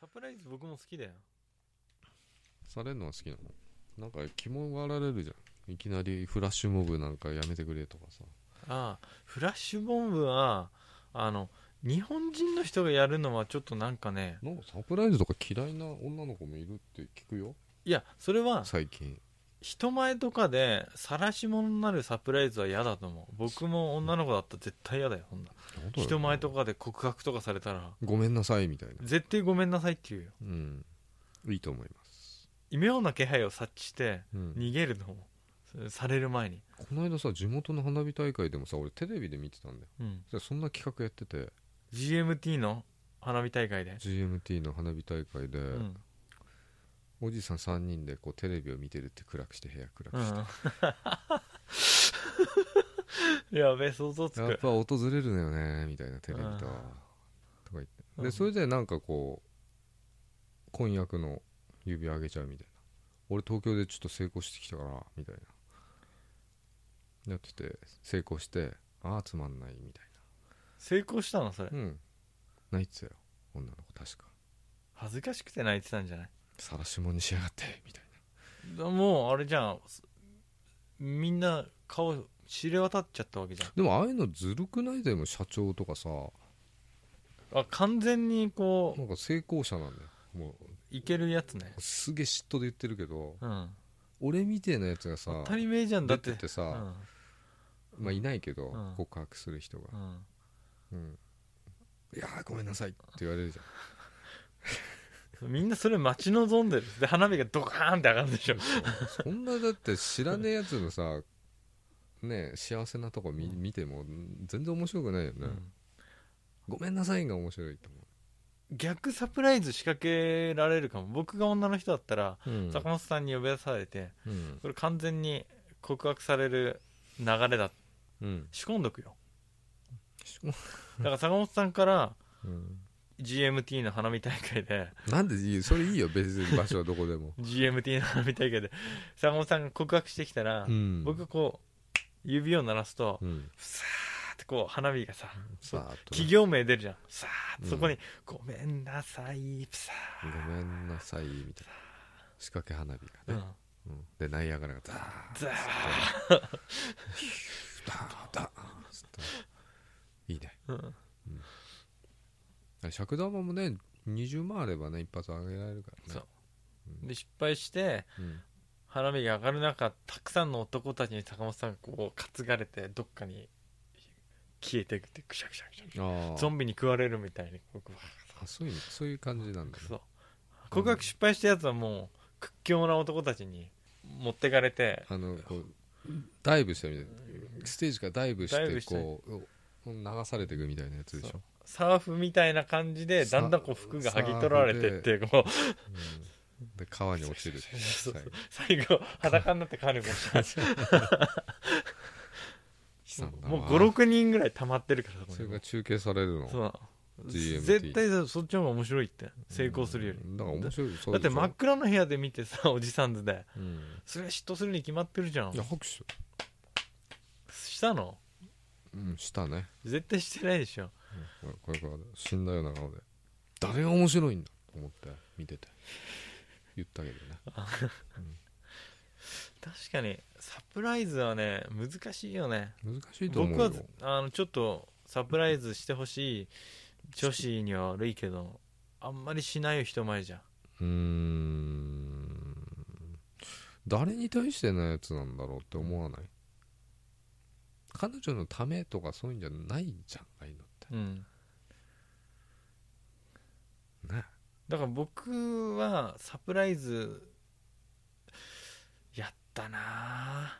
サプライズ僕も好きだよされるのは好きなのなんか気も割られるじゃんいきなりフラッシュモブなんかやめてくれとかさああフラッシュボンブはあの日本人の人がやるのはちょっとなんかねなんかサプライズとか嫌いな女の子もいるって聞くよいやそれは最近人前とかで晒し者になるサプライズは嫌だと思う僕も女の子だったら絶対嫌だよそんな人前とかで告白とかされたらごめんなさいみたいな絶対ごめんなさいって言うようんいいと思います、異妙な気配を察知してうん逃げるのもそれされる前にこの間さ地元の花火大会でもさ俺テレビで見てたんだようんそしたらそんな企画やってて GMT の花火大会で GMT の花火大会で、うんおじさん3人でこうテレビを見てるって暗くして部屋暗うくしん て、やべえ想像つやくっぱ訪れるのよねみたいなテレビとはうんとか言ってうでんそれでなんかこう婚約の指あげちゃうみたいな俺東京でちょっと成功してきたからみたいなやってて成功してああつまんないみたい成功したのそれなうん泣いてたよ女の子確か恥ずかしくて泣いてたんじゃないさらしもにしやがってみたいだもうあれじゃんすみんな顔知れ渡っちゃったわけじゃなでもああいうのずるくないでも社長とかさんあ完全にこなんか成功者なんだよもういけるやつねうすげえ嫉妬で言ってるけどうん俺みてえなやつがさ当たり前じゃんだ出ってててさ、まあ、いないけど、うん告白する人がう、んうんうんいやーごめんなさいって言われるじみんなそれ待ち望んでるで花火がドカーンって上がるんでしょゃんそんなだって知らねえやつのさねえ幸せなとこ見,、うん見ても全然面白くないよね、うんごめんなさいが面白いと逆サプライズ仕掛けられるかも僕が女の人だったら思う、うん坂本さんに呼び出されてうんそれ完全に告白される流れだうん仕込んどくよだから坂本さんからうん GMT の花火大会で なんでいいそれいいよ別に場所はどこでも GMT の花火大会で坂本さんが告白してきたら、うん僕がこう指を鳴らすと、うんパーってこう花火がささあと企業名出るじゃんさーっうんとそこに「ごめんなさい」プサごめんなさいみたいな仕掛け花火ー、がうん、ね、うんでナイアガラがザーッザーダーダーッつっていいねうん尺玉もね20万あればね一発あげられるからねそうで失敗してうん花火が上がる中たくさんの男たちに坂本さんがこう担がれてどっかに消えていくってくしゃくしゃくしゃあゾあンビに食われるみたいにこうあそういうそういう感じなんだくねそ告白失敗したやつはもう屈強な男たちに持ってかれてあのこうダイブしてみたいなステージからダイブしダイブてしてこう流されていくみたいなやつでしょ、サーフみたいな感じでサだんだんこう服が剥ぎ取られてってこううんで川に落ちるそうそう最後最後裸になって彼も悲惨だもうわ56人ぐらい溜まってるからそこにそれが中継されるのそう GMT 絶対さそっちの方が面白いって成功するよりうんだから面白いそだだうってでしょ真っ暗な部屋で見てさおじさんずでうんそれは嫉妬するに決まってるじゃんいや拍手したのうんしたね絶対してないでしょこれこれから死んだような顔で誰が面白いんだと思って見てて言ったけどね確かにサプライズはね難しいよね難しいと思う僕よはあのちょっとサプライズしてほしい女子には悪いけどあんまりしないよ人前じゃんうーん誰に対してのやつなんだろうって思わない彼女のためとかそういうんじゃないじゃんああいうのってうんねだから僕はサプライズやったな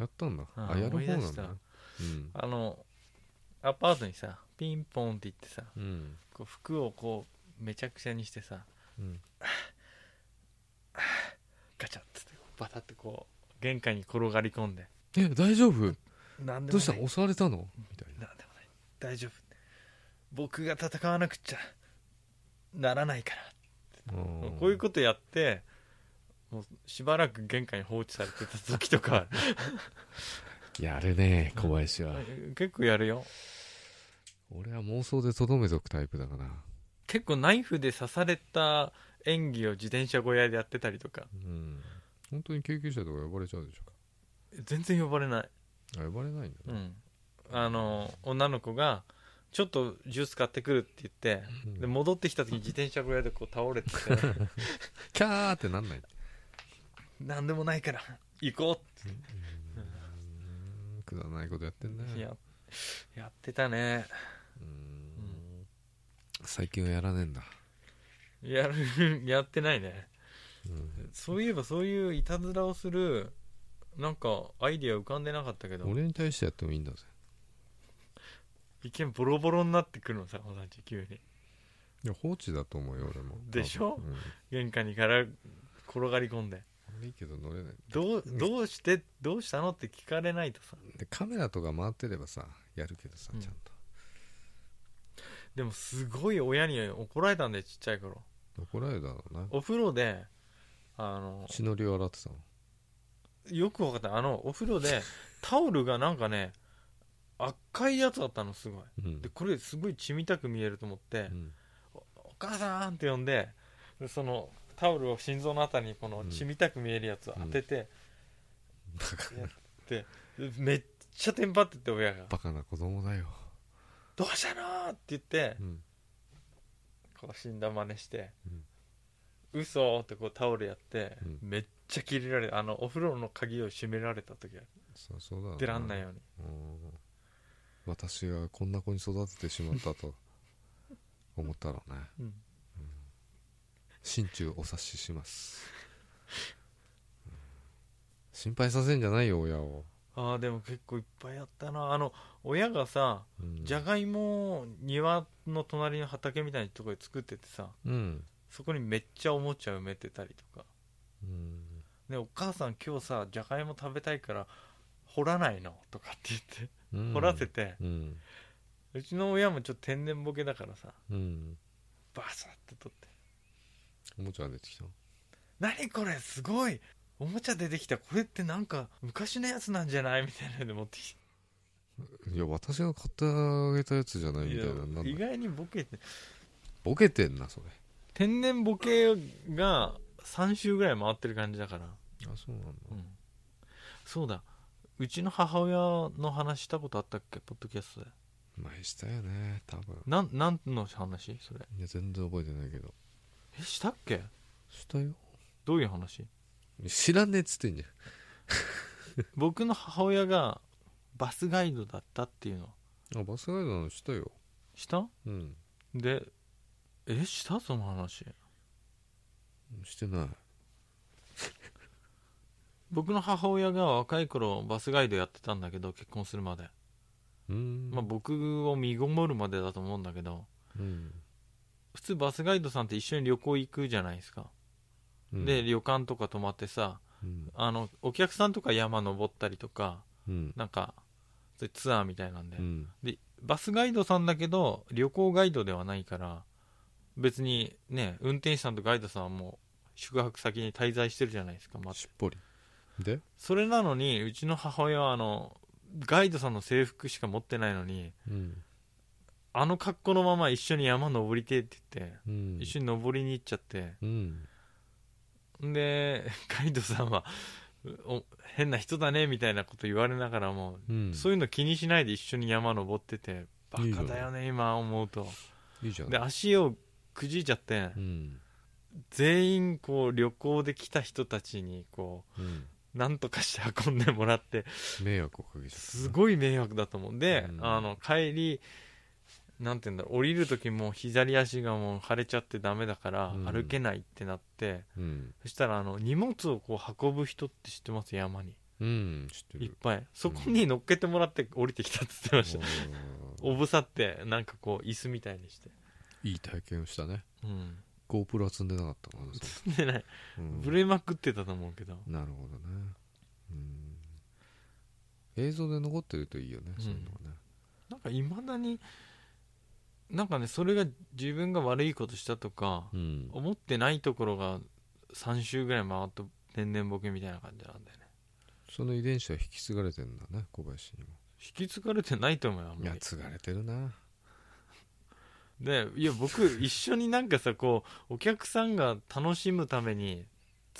やったんだああやる方思いな出んしだたねうんあのアパートにさピンポンって言ってさうんこう服をこうめちゃくちゃにしてさうんガチャッつってバタッてこう玄関に転がり込んでえ大丈夫何でもどうしたない襲われたのみたいななんでもない大丈夫僕が戦わなくちゃならないからうんこういうことやってもうしばらく玄関に放置されてた時とかやるね小林は結構やるよ俺は妄想でとどめとくタイプだから結構ナイフで刺された演技を自転車小屋でやってたりとかうん本当に救急車とか呼ばれちゃうでしょ全然呼ばれない、あ呼ばれないんだうね、ん、あの女の子がちょっとジュース買ってくるって言ってうんで戻ってきた時に自転車小屋でこう倒れててキャーってなんない何でもないから行こうんくだらないことやってんねうってややってたねうん最近はやらねえんだやる やってないねうんそういえばそういういたずらをするなんかアイディア浮かんでなかったけど俺に対してやってもいいんだぜ一見ボロボロになってくるのさこのち急にいや放置だと思うよ俺もでしょ多分うん玄関にから転がり込んで悪いけど乗れないどうどうしてどうしたのって聞かれないとさでカメラとか回ってればさやるけどさうんちゃんと、でもすごい親に怒られたんでちっちゃい頃怒られるだろうなお風呂であの血のりを洗ってたのよく分かったあのお風呂 でタオルがなんかね赤いやつだったのすごいうんでこれすごい血みたく見えると思ってう、んお母さんって呼んででそのタオルを心臓のあたりにこの血みたく見えるやつを当てて、バカやってめっちゃテンパってて親がバカな子供だよ、 「どうしたの?」って言ってうんこう死んだ真似してうん「嘘ってこうタオルやって、うんめっちゃ切れられたあのお風呂の鍵を閉められた時はそそうだろう出らんないようにうん私がこんな子に育ててしまっ たと思ったらねうん心中お察ししますうん心配させんじゃないよ親を、ああでも結構いっぱいやったなあの親がさうん、じゃがいもを庭の隣の畑みたいなとこで作っててさうん、そこにめっちゃおもちゃ埋めてたりとかうん、でお母さん今日さじゃがいも食べたいから掘らないのとかって言っうてん掘らせて、うんうちの親もちょっと天然ボケだからさうんバサッと取っておもちゃ出てきた「何これすごいおもちゃ出てきたこれってなんか昔のやつなんじゃない?」みたいなので持ってきいや私が買ってあげたやつじゃないてみいたいやななんだ意外にボケてボケてんなそれ天然ボケが3周ぐらい回ってる感じだから、あそうなんだ、うんそうだうちの母親の話したことあったっけポッドキャストで前したよね多分なんなんの話それいや全然覚えてないけどえしたっけしたよどういう話知らねえっつってんじゃん僕の母親がバスガイドだったっていうのあバスガイドなのしたよしたうんでえしたその話してない僕の母親が若い頃バスガイドやってたんだけど結婚するまで、うーんまあ、僕を見ごもるまでだと思うんだけどうん、普通バスガイドさんって一緒に旅行行くじゃないですか、うんで、旅館とか泊まってさうんあのお客さんとか山登ったりとかうんなんかそういうツアーみたいなんで,、うんでバスガイドさんだけど旅行ガイドではないから別にね運転手さんとガイドさんはもう宿泊先に滞在してるじゃないですか、まあしっぽりでそれなのにうちの母親はあのガイドさんの制服しか持ってないのにうん、あの格好のまま一緒に山登りてえって言って、うん、一緒にに登りに行っちゃってうんんでガイドさんはお変な人だねみたいなこと言われながらも、うんそういうの気にしないで一緒に山登っててバカだよね今思うといいじゃんで足をくじいちゃってうん全員こう旅行で来た人たちにこうんうなんとかして運んでもらって迷惑をかけちゃったすごい迷惑だと思うんで、うんあの帰りなんて言うんだろう降りる時も左足がもう腫れちゃってダメだからうん歩けないってなって、うんそしたらあの荷物をこう運ぶ人って知ってます山にうん知っていっるぱいそこに乗っけてもらって降りてきたって言ってました、おーおぶさってなんかこう椅子みたいにして、いい体験をしたねうん GoPro は積んでなかったかなそれでねうんぶれまくってたと思うけど、なるほどねうん映像で残ってるといいよね、そういうのがねなんかいまだになんかねそれが自分が悪いことしたとか、うん思ってないところが3周ぐらい回って天然ボケみたいな感じなんだよねその遺伝子は引き継がれてんだね小林にも引き継がれてないと思うよあんいまやり継がれてるなでいや僕一緒になんかさこうお客さんが楽しむために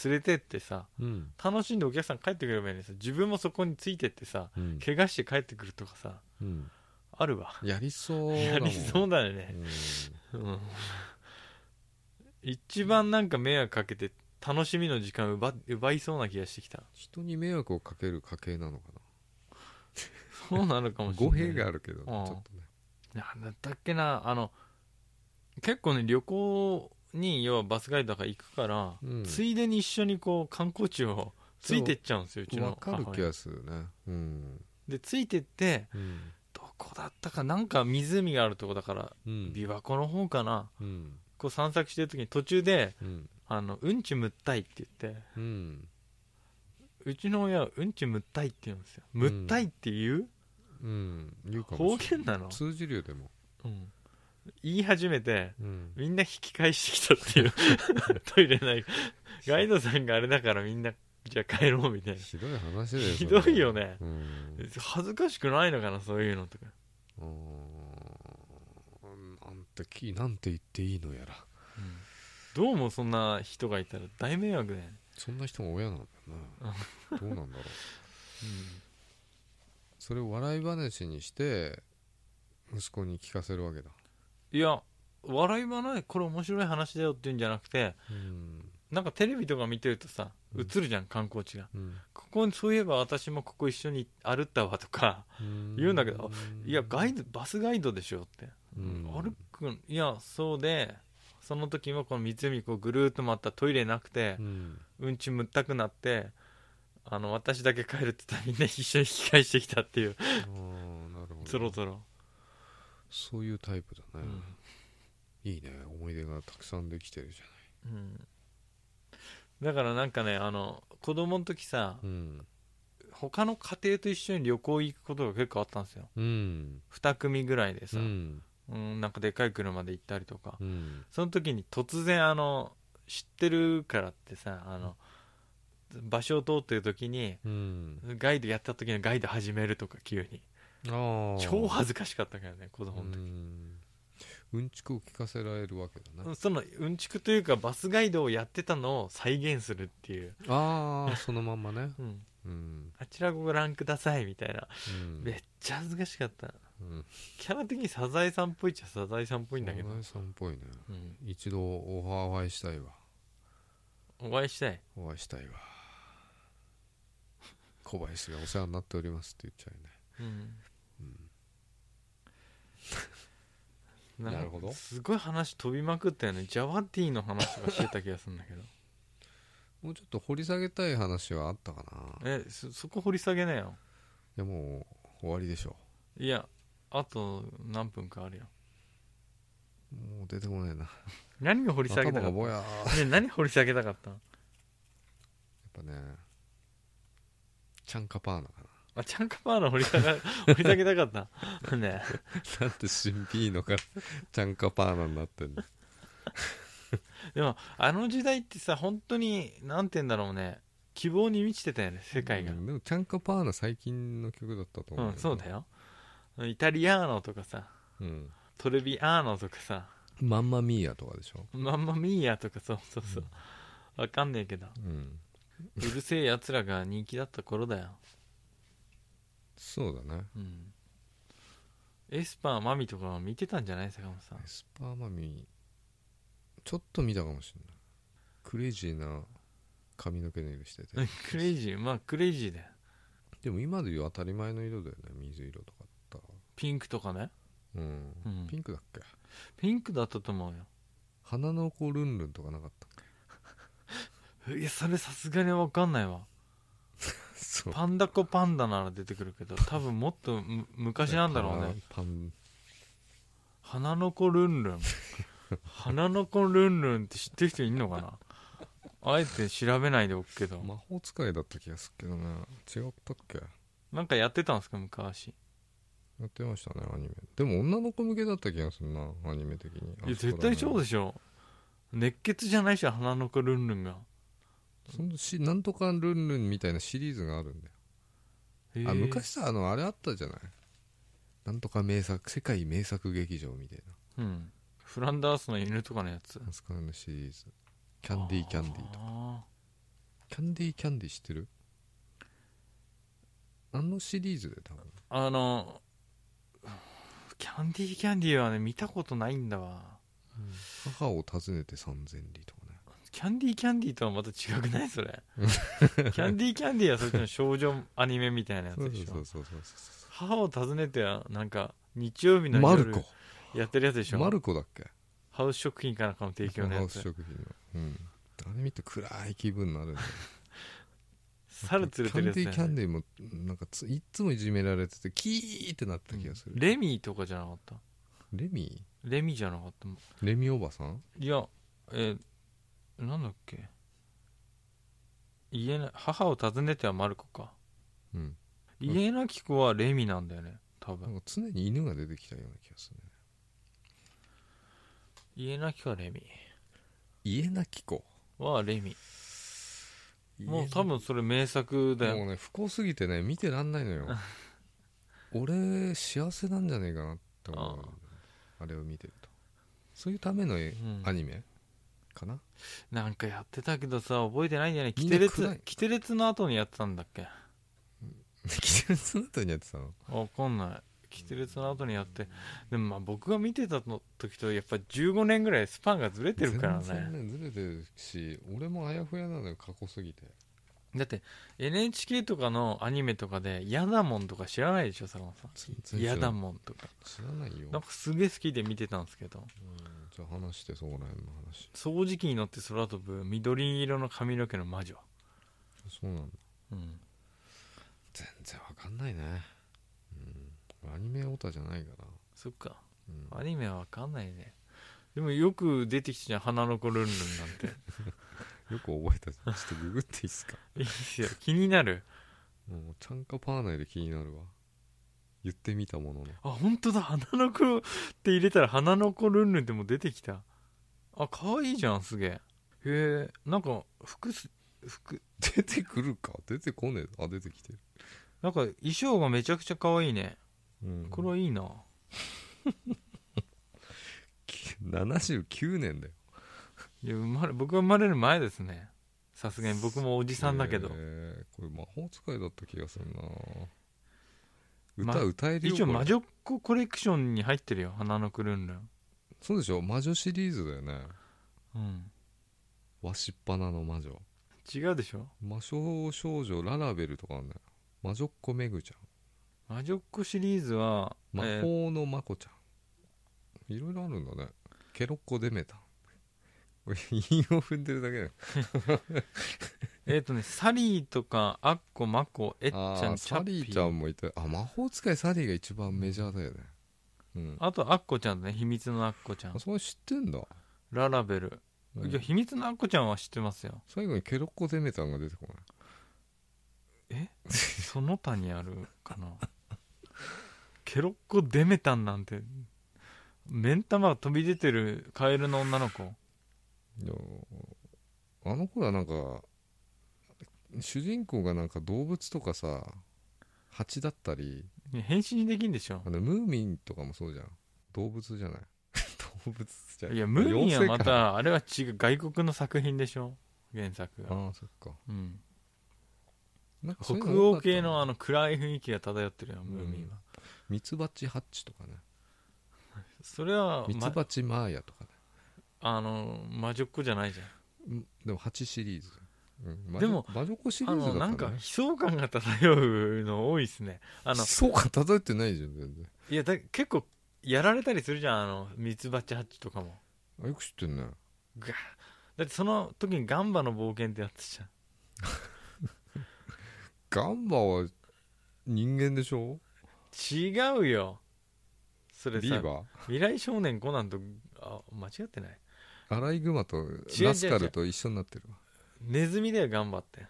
連れてってさうん、楽しんでお客さん帰ってくればいいのにさ自分もそこについてってさうん怪我して帰ってくるとかさうん、あるわやりそうだもんやりそうだようね、んうん、一番なんか迷惑かけて楽しみの時間奪奪いそうな気がしてきた人に迷惑をかける家系なのかそうなのかなもしれ語ない弊があるけど、んちょっとねなんだったっけなあの結構ね旅行に要はバスガイドが行くから、うんついでに一緒にこう観光地をついてっちゃうんですようちわのかる母気親がするねうん、でついてってうんどこだったかなんか湖があるとこだからうん琵琶湖の方かなうんこう散策してる時に途中でうんあのうんちむったいって言ってうんうちの親はうんちむったいって言うんですよむったいって言う、うん言うか方もしれ言ないなの、通じるよでも、うん言い始めてうん、みんな引き返してきたっていう トイレないガイドさんがあれだからみんなじゃあ帰ろうみたいなひどい話だよひそれどいよねうん恥ずかしくないのかなそういうのとかうーんなんてきなんて言っていいのやらどうもそんな人がいたら大迷惑だよね、そんな人も親なんだよなどうなんだろうそれを笑い話にして息子に聞かせるわけだいや笑い話これ面白い話だよっていうんじゃなくてうんなんかテレビとか見てるとさうん映るじゃん観光地がうんここにそういえば私もここ一緒に歩ったわとか言うんだけどいやガイドバスガイドでしょって、うん歩くんいやそうでその時もこの湖こうぐるーっと回ったらトイレなくてう、んうん、ちむったくなってあの私だけ帰るって言ったらみんな 一緒に引き返してきたっていうあーなるほどぞろぞろそういうタイプだうね、んいいね思い出がたくさんできてるじうんだからなんかねあの子供の時さゃんうん他の家庭と一緒に旅行行くことが結構あったんですようん2組ぐらいでうさ、うんんなんかでかい車で行ったりとか、うんその時に突然あの知ってるからってさあの場所を通ってる時にうんガイドやった時のガイド始めるとか急にあー超恥ずかしかったからね子供の時、うんうんちくを聞かせられるわけだね、そのうんちくというかバスガイドをやってたのを再現するっていう、ああそのまんまねうんうん、あちらご覧くださいみたいなうん、めっちゃ恥ずかしかったうんキャラ的にサザエさんっぽいっちゃサザエさんっぽいんだけど、お前さんっぽいねうん一度おお会いしたいわお会いしたいお会いしたいわ小林がお世話になっておりますって言っちゃうよねうんんんかなるほどすごい話飛びまくったよねジャワティの話とかしてた気がするんだけ どもうちょっと掘り下げたい話はあったかないえそそこ掘り下げなよやもう終わりでしょいやあと何分かあるよもう出てこないな何が掘り下げた頭かがった、ねぼやーやっえ、何掘り下げたかったぱねチャンカパ ーナかあちゃんかパーの掘り下 げ掘り下げたかったねななんで新ピーノがチャンカパーナになってんのでもあの時代ってさ本当になんて言うんだろうね希望に満ちてたよね世界がうんでもチャンカパーナ最近の曲だったとう思ん、う、そうだよイタリアーノとかさうんトレビアーノとかさマンマミーアとかでしょマンマミーヤとかそうそうそう、わかんねえけどうんうるせえやつらが人気だった頃だよ、そうだねうん、エスパーマミとかは見てたんじゃない坂本さんエスパーマミちょっと見たかもしれないクレイジーな髪の毛の色しててクレイジーまあクレイジーだよでも今でいう当たり前の色だよね水色とかだったらピンクとかね、うん、うん、ピンクだっけピンクだったと思う鼻の子ルンルンとかなかったっけよいやそれさすがにわかんないわそうパンダコパンダなら出てくるけど多分もっとむ昔なんだろうねパン花の子ルンルン花の子ルンルンって知ってる人いんのかなあえて調べないでおくけどパン魔法使いだった気がするけどね違ったっけなんかやってたんですか昔やってましたねアニメでも女の子向けだった気がするなアニメ的にいや絶対そうででしょ熱血じゃないでしょ花の子ルンルンがそのしなんとかルンルンみたいなシリーズがあるんだよへえあ昔さあのあれあったじゃないなんとか名作世界名作劇場みたいなうんフランダースの犬とかのやつなんすかねシリーズキャンディーキャンディーとあキャンディーキャンディー知ってるあのシリーズで多分ーあのキャンディーキャンディーはね見たことないんだわ母を訪ねて三千里とかねキャンディーキャンディーとはまた違くないそ れキャンディーキャンディーはそっちの少女アニメみたいなやつそうでしょそうそうそう母を訪ねてはなんか日曜日そのうマル夜コやってるやつでしょマルコだっけハウス食品かなんかの提供のハやウスつ食品のうんあれ見て暗い気分になるんだよ猿連れてるやつだよねキャンディーキャンディーもなんかついっつもいじめられててキーってなった気がする、レミーとかじゃなかったレミレミーじゃなかったレミおばさんいやえーなんだっけ家な母を訪ねてはマルコかうんうん家なき子はレミなんだよね多なん分か常に犬が出てきたような気がするね家なき子はレミ家なき子はレミもう多分それ名作だもようね不幸すぎてね見てらんないの よ俺幸せなんじゃねえかなって思うあれを見てるとそういうためのえうんアニメかな なんかやってたけどさ覚えてないんだよねみキんなテレ暗いツキテレツの後にやってたんだっけキテレツの後にやってたのわかんないキテレツの後にやってでもまあ僕が見てたの時とやっぱ15年ぐらいスパンがずれてるから全ね然ずれてるし俺もあやふやなのよ過去すぎてだって NHK とかのアニメとかで「やだもん」とか知らないでしょ坂本さ全ん「然や知らだんもん」とか知らないよなんかすげえ好きで見てたんですけどうんじゃあ話してそこら辺の話掃除機に乗って空飛ぶ緑色の髪の毛の魔女そうなんだうん全然わかんないねうんアニメオタじゃないからそっかうんアニメはわかんないねでもよく出てきてじゃん「花の子ルンルン」なん てよく覚えたちょっとググっていいですかいいっすよ気になるもうちゃんかパー内で気になるわ言ってみたもののあ本当だ花の子って入れたら花の子ルンルンってもう出てきたあ可愛いじゃんすげえへえんか服す服 出てくるか出てこねえあ出てきてる、なんか衣装がめちゃくちゃ可愛いねうんこれはいいな、 79年だよいや生まれ僕が生まれる前ですねさすがに僕もおじ遺さんだけど、えーこれ魔法使いだった気がするなま歌歌えるよ一応これ魔女っ子コレクションに入ってるよ花の子ルンルンそうでしょ魔女シリーズだよねうんわしっぱなの魔女違うでしょ魔性少女ララベルとかあんだよ魔女っ子メグちゃん魔女っ子シリーズは、魔えー法のまこちゃん、いろいろあるんだねケロッコデメタンこれ韻を踏んでるだけだよえーとねサリーとかアッコマコエあッちゃーんチャサッピリーーちゃんもいたあ魔法使いサリーが一番メジャーだよねうんあとアッコちゃんだね秘密のアッコちゃんあそれ知ってんだ、ララベル、うんいや秘密のアッコちゃんは知ってますよ最後にケロッコデメタンが出てこないその他にあるかな ケロッコデメタンなんて目ん玉が飛び出てるカエルの女の子いやあの頃はなんか主人公がなんか動物とかさ蜂だったりいや変身できんでしょあのムーミンとかもそうじゃん動物じゃない 動物じゃないいやムーミンはま妖精かたあれは違う外国の作品でしょ原作が、ああそっかうん、なんか北そういう欧多かったな系のあの暗い雰囲気が漂ってるよムーミンは、ミツバチハッチとかねそれは、ミツま、バチマーヤとかねあの魔女っ子じゃないじゃうんでも8シリーズ、うんでも魔女魔女っ子シリんあーズだのったねなんか悲壮感が漂うの多いですねあのそうか漂ってないじゃん全然いやだ結構やられたりするじゃんあのミツバチハッチとかもあよく知ってんねガーだってその時にガンバの冒険ってやってたじゃんガンバは人間でしょ違うよそれビーさバー未来少年コナンとあ間違ってないアライグマと違うラスカルと一緒になってるわネズミだよガンバ って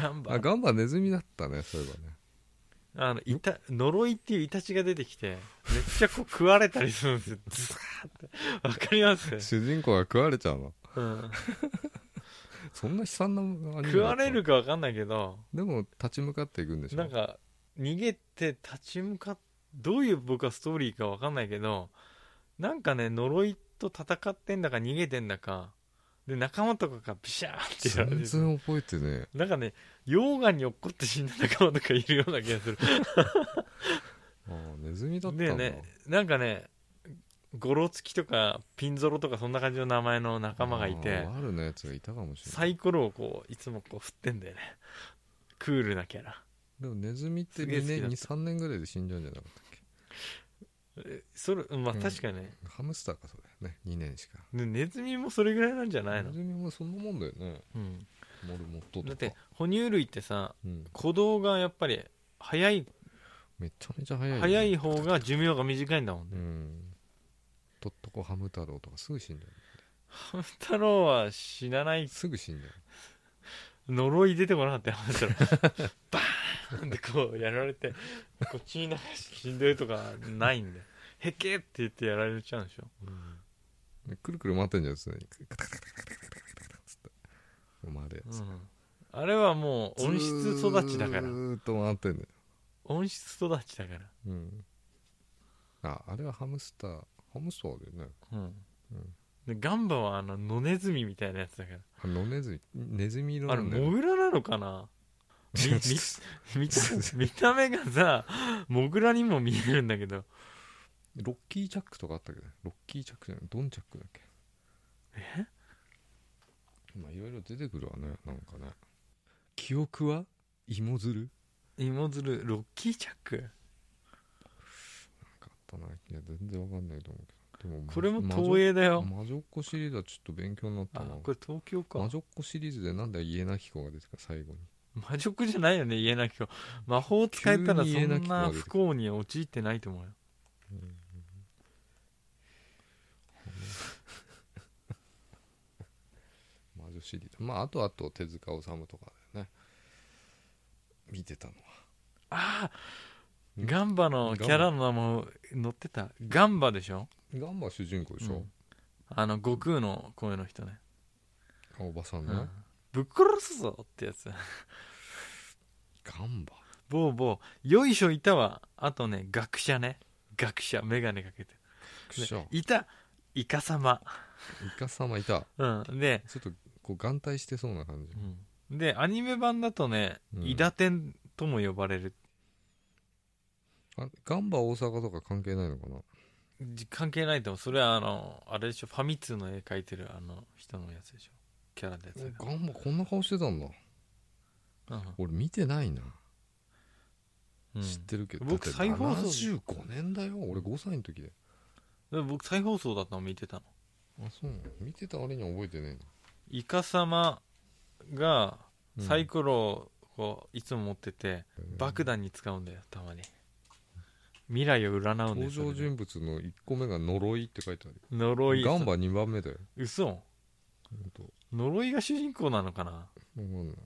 ガンバあガンバネズミだったねそういえばねあのいた呪いっていうイタチが出てきてめっちゃこう食われたりするんですよズワーってわかり ます、主人公が食われちゃうのうん、そんな悲惨なアニメだった食われるかわかんないけどでも立ち向かっていくんでしょなんか逃げて立ち向かっどういう僕はストーリーかわかんないけどなんかね呪いと戦ってんだか逃げてんだかで仲間とかがピシャーってやられ全てる然覚えてねなんかね溶岩に落っこって死んだ仲間とかいるような気がするああネズミだったんだでねなんかねゴロつきとかピンゾロとかそんな感じの名前の仲間がいてああ悪なやつがいたかもしれなサいイコロをこういつもこう振ってんだよねクールなキャラでもネズミってすげえ好2きだった年23年ぐらいで死んじゃうんじゃなかったっけえそれまあうん確かね、ハムスターかそれね2年しかでネズミもそれぐらいなんじゃないのネ、ズミもそんなもんだよねうんモルモットとかだって哺乳類ってさうん、鼓動がやっぱり早いめちゃめちゃ早いよね、早い方が寿命が短いんだもんうね、んとっとこハム太郎とかすぐ死んじゃハム太郎は死なないうすぐ死んじゃう呪い出てこなかったよハ ム太郎バーンってこうやられてこう血流して死んでるとかないんだよへけって言ってやられちゃうんでしょでくるくる回ってんじゃん常にカタカタカタカタカタカタカタっつって回るやつ、あれはもう温室育ちだからずーっと回ってんだよ、温室育ちだからうん、ああれはハムスターハムスターだよねうんうんでガンバはあの野ネズミみたいなやつだからあのネズミネズミ色あなれんだよモグラなのか なみ違う見た 見た目がさモグラにも見えるんだけど ロッキーチャックとかあったけどロッキーチャックじゃないドンチャックだっけえまあいろいろ出てくるわねなんかね記憶は芋づるなん芋づるロッキーチャックかあったないや全然わかんないと思うけどでもこれも東映だよ魔女っ子シリーズはちょっと勉強になったあなこれ東京か魔女っ子シリーズでなんで家なき子が出てくる最後に魔女っ子じゃないよね家なき子魔法を使えたら急そに家なきん子がな出てくる不幸に陥ってないと思うよ魔女シリーズまああとあと手塚治虫とかだよね見てたのはあんーガンバのキャラの名も載ってたガンバでしょガンバ主人公でしょ、あの悟空の声の人ね、あおばさんね、うんぶっ殺すぞってやつ ガンバぼうぼうよいしょいたわあとね学者ね学者眼鏡かけてくしゃでいたイカ様イカ様いたうんで、ちょっとこう眼帯してそうな感じでアニメ版だとねうんイダテンとも呼ばれるあガンバ大阪とか関係ないのかなじ関係ないと思うそれはあのあれでしょファミ通の絵描いてるあの人のやつでしょキャラのやつおガンバこんな顔してたんだが、俺見てないな、うん知ってるけど僕だって再放送75年だよ俺5歳の時でうん、僕再放送だったの見てたのあそうなの見てたあれには覚えてねイカ様がえなサイコロをこういつも持ってて、うん爆弾に使うんだよたまに未来を占うんだ登よそれで場人物の1個目が呪いって書いてある呪いガンバ2番目だよ嘘ほんと呪いが主人公なのかなわかんない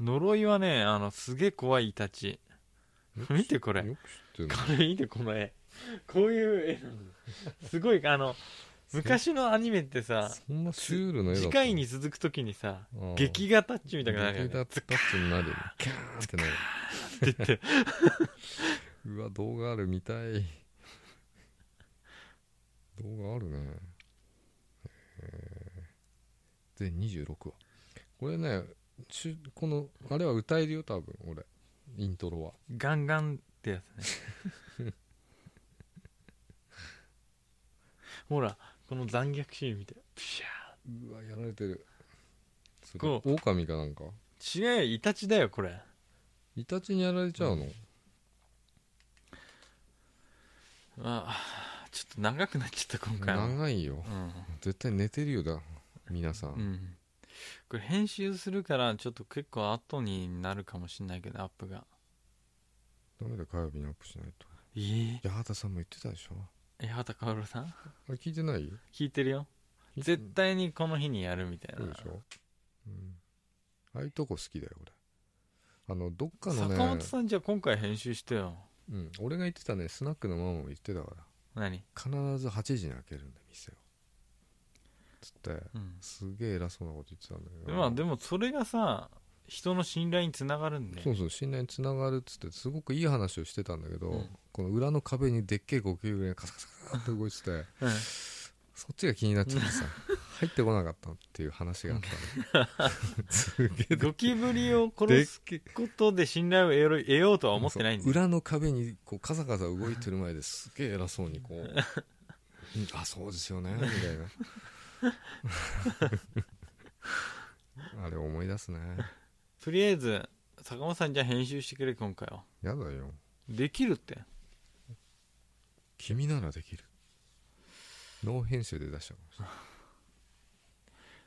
呪いはねあのすげえ怖いイタチよ く見てこれよく知ってるこれ見てこの絵こういう絵なのすごいあの昔のアニメってさそんなシュールな絵だった次回に続く時にさあー劇画タッチみたいになるよ劇ねだったってなるよねキャーってなるって言ってうわ動画ある見たい動画あるねえー全26話これねちゅこのあれは歌えるよ多分俺イントロはガンガンってやつね ほらこの残虐シーン見てプシャうわやられてるそれこう狼かなんかー違うよイタチだよこれイタチにやられちゃうの、あーちょっと長くなっちゃった今回は長いよ絶対寝てるよだ皆さん、うん、うん、これ編集するからちょっと結構後になるかもしれないけどアップがダメだ火曜日にアップしないとえー、八幡さんも言ってたでしょ八幡薫さん あれ聞いてない聞いてるよ絶対にこの日にやるみたいそうなでしょ、うん、ああいうとこ好きだよ俺あのどっかのね坂本さんじゃあ今回編集してようん、俺が言ってたねスナックのママも言ってたから何、必ず8時に開けるんだ店をつってうんすげえ偉そうなこと言ってたんだけどまあでもそれがさ人の信頼につながるんでそうそう信頼につながるっつってすごくいい話をしてたんだけど、うんこの裏の壁にでっけえゴキブリがカサカサカサって動いてて うんそっちが気になっちゃってさ入ってこなかったっていう話があったのすげえゴキブリをで殺っすことで信頼を得ろ得ようとは思ってないんそうで裏の壁にこうカサカサ動いてる前ですげえ偉そうにこう うん「あそうですよね」みたいな あれ思い出すねとりあえず坂本さんじゃあ編集してくれ今回はやだよできるって君ならできるノー編集で出したかもしれないい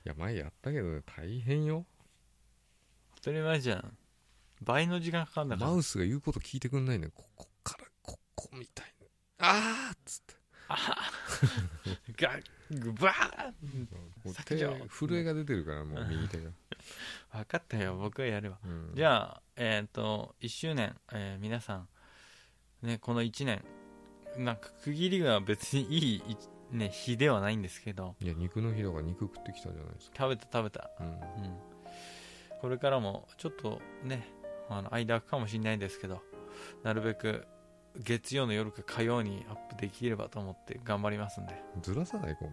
や前やったけどね大変よ当たり前じゃん倍の時間かかるんだからマウスが言うこと聞いてくんないねここからここみたいなあーっつってガッグバーンもう削手除震えが出てるからもう右手が、分かったよ僕がやればうんじゃあえっ、と1周年、えー皆さんねこの1年なんか区切りが別にいいい、ね、日ではないんですけどいや肉の日だから肉食ってきたじゃないですか、食べた食べたうんうんこれからもちょっとねあの間空くかもしれないですけどなるべく月曜の夜か火曜にアップできればと思って頑張りますんでずらさない今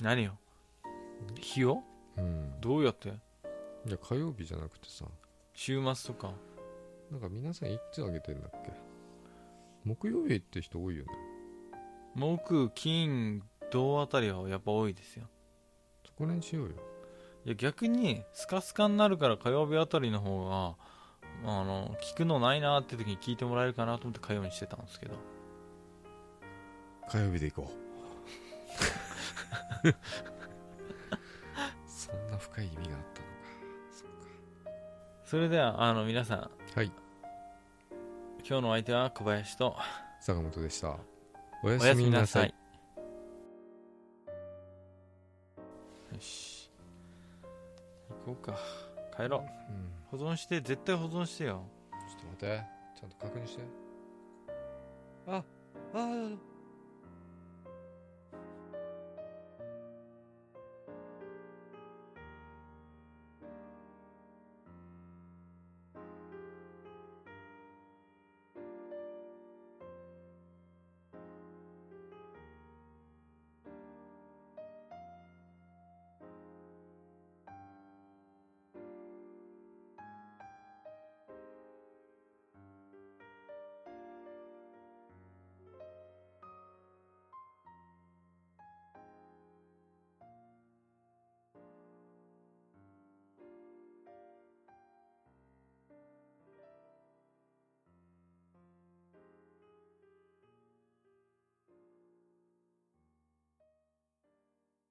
何よ日を度うんどうやっていや火曜日じゃなくてさ週末とかなんか皆さんいつあげてんだっけ木曜日って人多いよね木金土あたりはやっぱ多いですよそこら辺しようよいや逆にスカスカになるから火曜日あたりの方があの聞くのないなって時に聞いてもらえるかなと思って火曜にしてたんですけど火曜日で行こう そんな深い意味があったのかそっそれではあの皆さんかはい今日のお相手は小林と坂本でしたおおややすすみみななささいいよし行こうか帰ろうんう保存して絶対保存してよちょっと待ってちゃんと確認してあああ